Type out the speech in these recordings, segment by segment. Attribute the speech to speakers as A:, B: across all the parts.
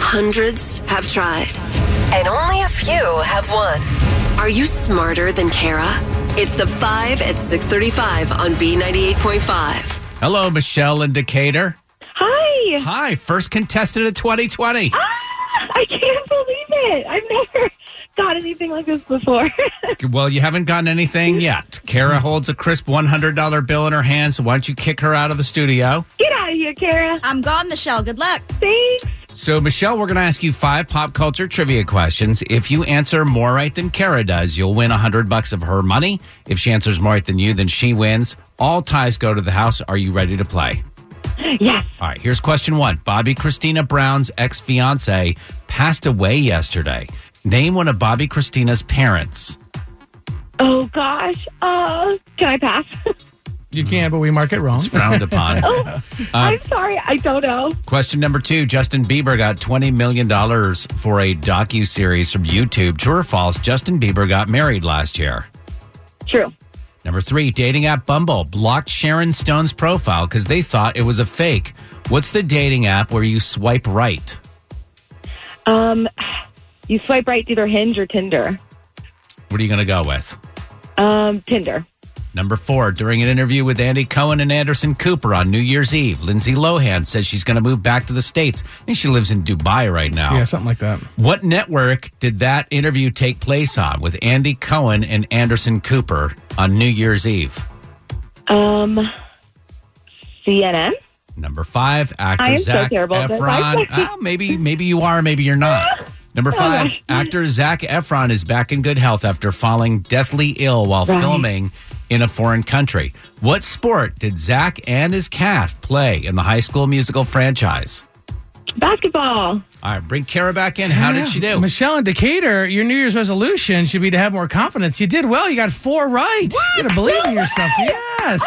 A: Hundreds have tried.
B: and only a few have won.
A: Are you smarter than Kara? It's the 5 at 635 on B98.5.
C: Hello, Michelle in Decatur.
D: Hi.
C: Hi, first contestant of 2020.
D: Ah, I can't believe it. I've never got anything like this before.
C: Well, you haven't gotten anything yet. Kara holds a crisp $100 bill in her hand, so why don't you kick her out of the studio?
D: Get out of here, Kara.
E: I'm gone, Michelle. Good luck.
D: Thanks.
C: So, Michelle, we're going to ask you five pop culture trivia questions. If you answer more right than Kara does, you'll win 100 bucks of her money. If she answers more right than you, then she wins. All ties go to the house. Are you ready to play?
D: Yes.
C: All right, here's question one. Bobby Christina Brown's ex fiance passed away yesterday. Name one of Bobby Christina's parents.
D: Oh gosh. Uh, can I pass?
F: You can, but we mark it wrong.
C: Frowned upon.
D: I'm sorry. I don't know.
C: Question number two Justin Bieber got $20 million for a docu series from YouTube. True or false? Justin Bieber got married last year.
D: True.
C: Number three, dating app Bumble blocked Sharon Stone's profile because they thought it was a fake. What's the dating app where you swipe right?
D: Um, you swipe right to either Hinge or Tinder.
C: What are you going to go with?
D: Um, Tinder.
C: Number four, during an interview with Andy Cohen and Anderson Cooper on New Year's Eve, Lindsay Lohan says she's going to move back to the States. I think she lives in Dubai right now.
F: Yeah, something like that.
C: What network did that interview take place on with Andy Cohen and Anderson Cooper on New Year's Eve?
D: Um, CNN.
C: Number five, actor
D: I am so
C: Zach
D: terrible at this.
C: Efron.
D: I'm sorry.
C: Ah, maybe, maybe you are, maybe you're not. Number five,
D: Oh, gosh.
C: actor Zach Efron is back in good health after falling deathly ill while
D: Right.
C: filming in a foreign country. What sport did Zach and his cast play in the High School Musical franchise?
D: Basketball.
C: All right, bring Kara back in. How did she do?
F: Michelle and Decatur, your New Year's resolution should be to have more confidence. You did well. You got four right. You gotta believe in yourself. Yes.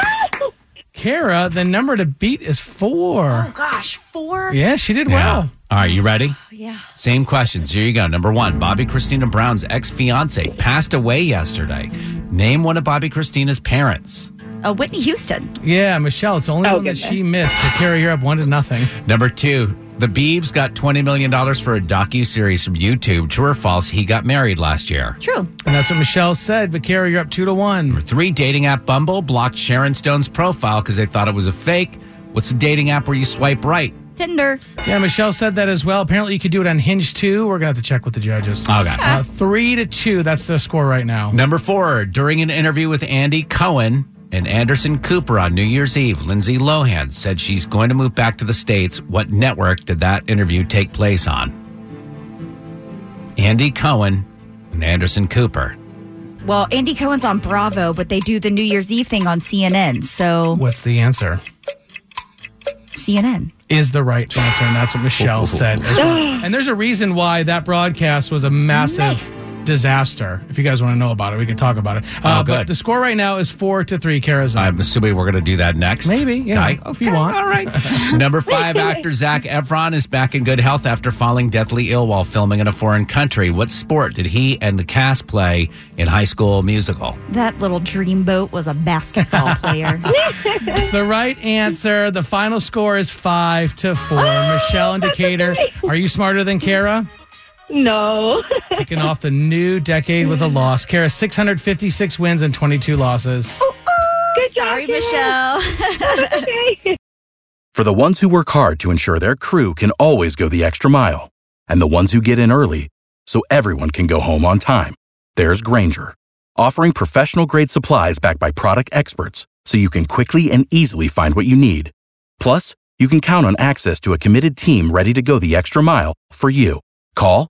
F: Kara, the number to beat is four.
E: Oh, gosh. Four?
F: Yeah, she did
C: Yeah.
F: well.
C: All right, you ready?
E: Yeah.
C: Same questions. Here you go. Number one Bobby Christina Brown's ex fiance passed away yesterday. Name one of Bobby Christina's parents.
E: Uh, Whitney Houston.
F: Yeah, Michelle, it's the only
D: Oh,
F: one that
D: goodness.
F: she missed. So Kara, you're up one to nothing.
C: Number two, the Beebs got $20 million for a docu series from YouTube. True or false, he got married last year.
E: True.
F: And that's what Michelle said, but Kara, you're up two to one.
C: Number three, dating app Bumble blocked Sharon Stone's profile because they thought it was a fake. What's the dating app where you swipe right?
E: Tinder.
F: Yeah, Michelle said that as well. Apparently you could do it on Hinge too. We're gonna have to check with the judges.
C: Okay.
F: Uh, three to two, that's the score right now.
C: Number four, during an interview with Andy Cohen and Anderson Cooper on New Year's Eve, Lindsay Lohan said she's going to move back to the States. What network did that interview take place on? Andy Cohen and Anderson Cooper.
E: Well, Andy Cohen's on Bravo, but they do the New Year's Eve thing on CNN. So,
F: What's the answer?
E: CNN.
F: is the right answer, and that's what Michelle said. as well. And there's a reason why that broadcast was a massive disaster. If you guys want to know about it, we can talk about it. Uh,
C: Oh, good.
F: But the score right now is four to three. Kara's up.
C: I'm assuming we're going to do that next.
F: Maybe, yeah,
C: Okay.
F: if you want.
C: All right. Number five, actor Zach Efron is back in good health after falling deathly ill while filming in a foreign country. What sport did he and the cast play in High School Musical?
E: That little dreamboat was a basketball player.
F: It's the right answer. The final score is five to four. Michelle and Decatur, are you smarter than Kara?
D: No.
F: Kicking off the new decade with a loss. Kara, 656 wins and 22 losses.
D: Good job, Kara.
E: Sorry, Michelle.
D: Okay.
G: For the ones who work hard to ensure their crew can always go the extra mile, and the ones who get in early so everyone can go home on time, there's Granger, offering professional grade supplies backed by product experts so you can quickly and easily find what you need. Plus, you can count on access to a committed team ready to go the extra mile for you. Call,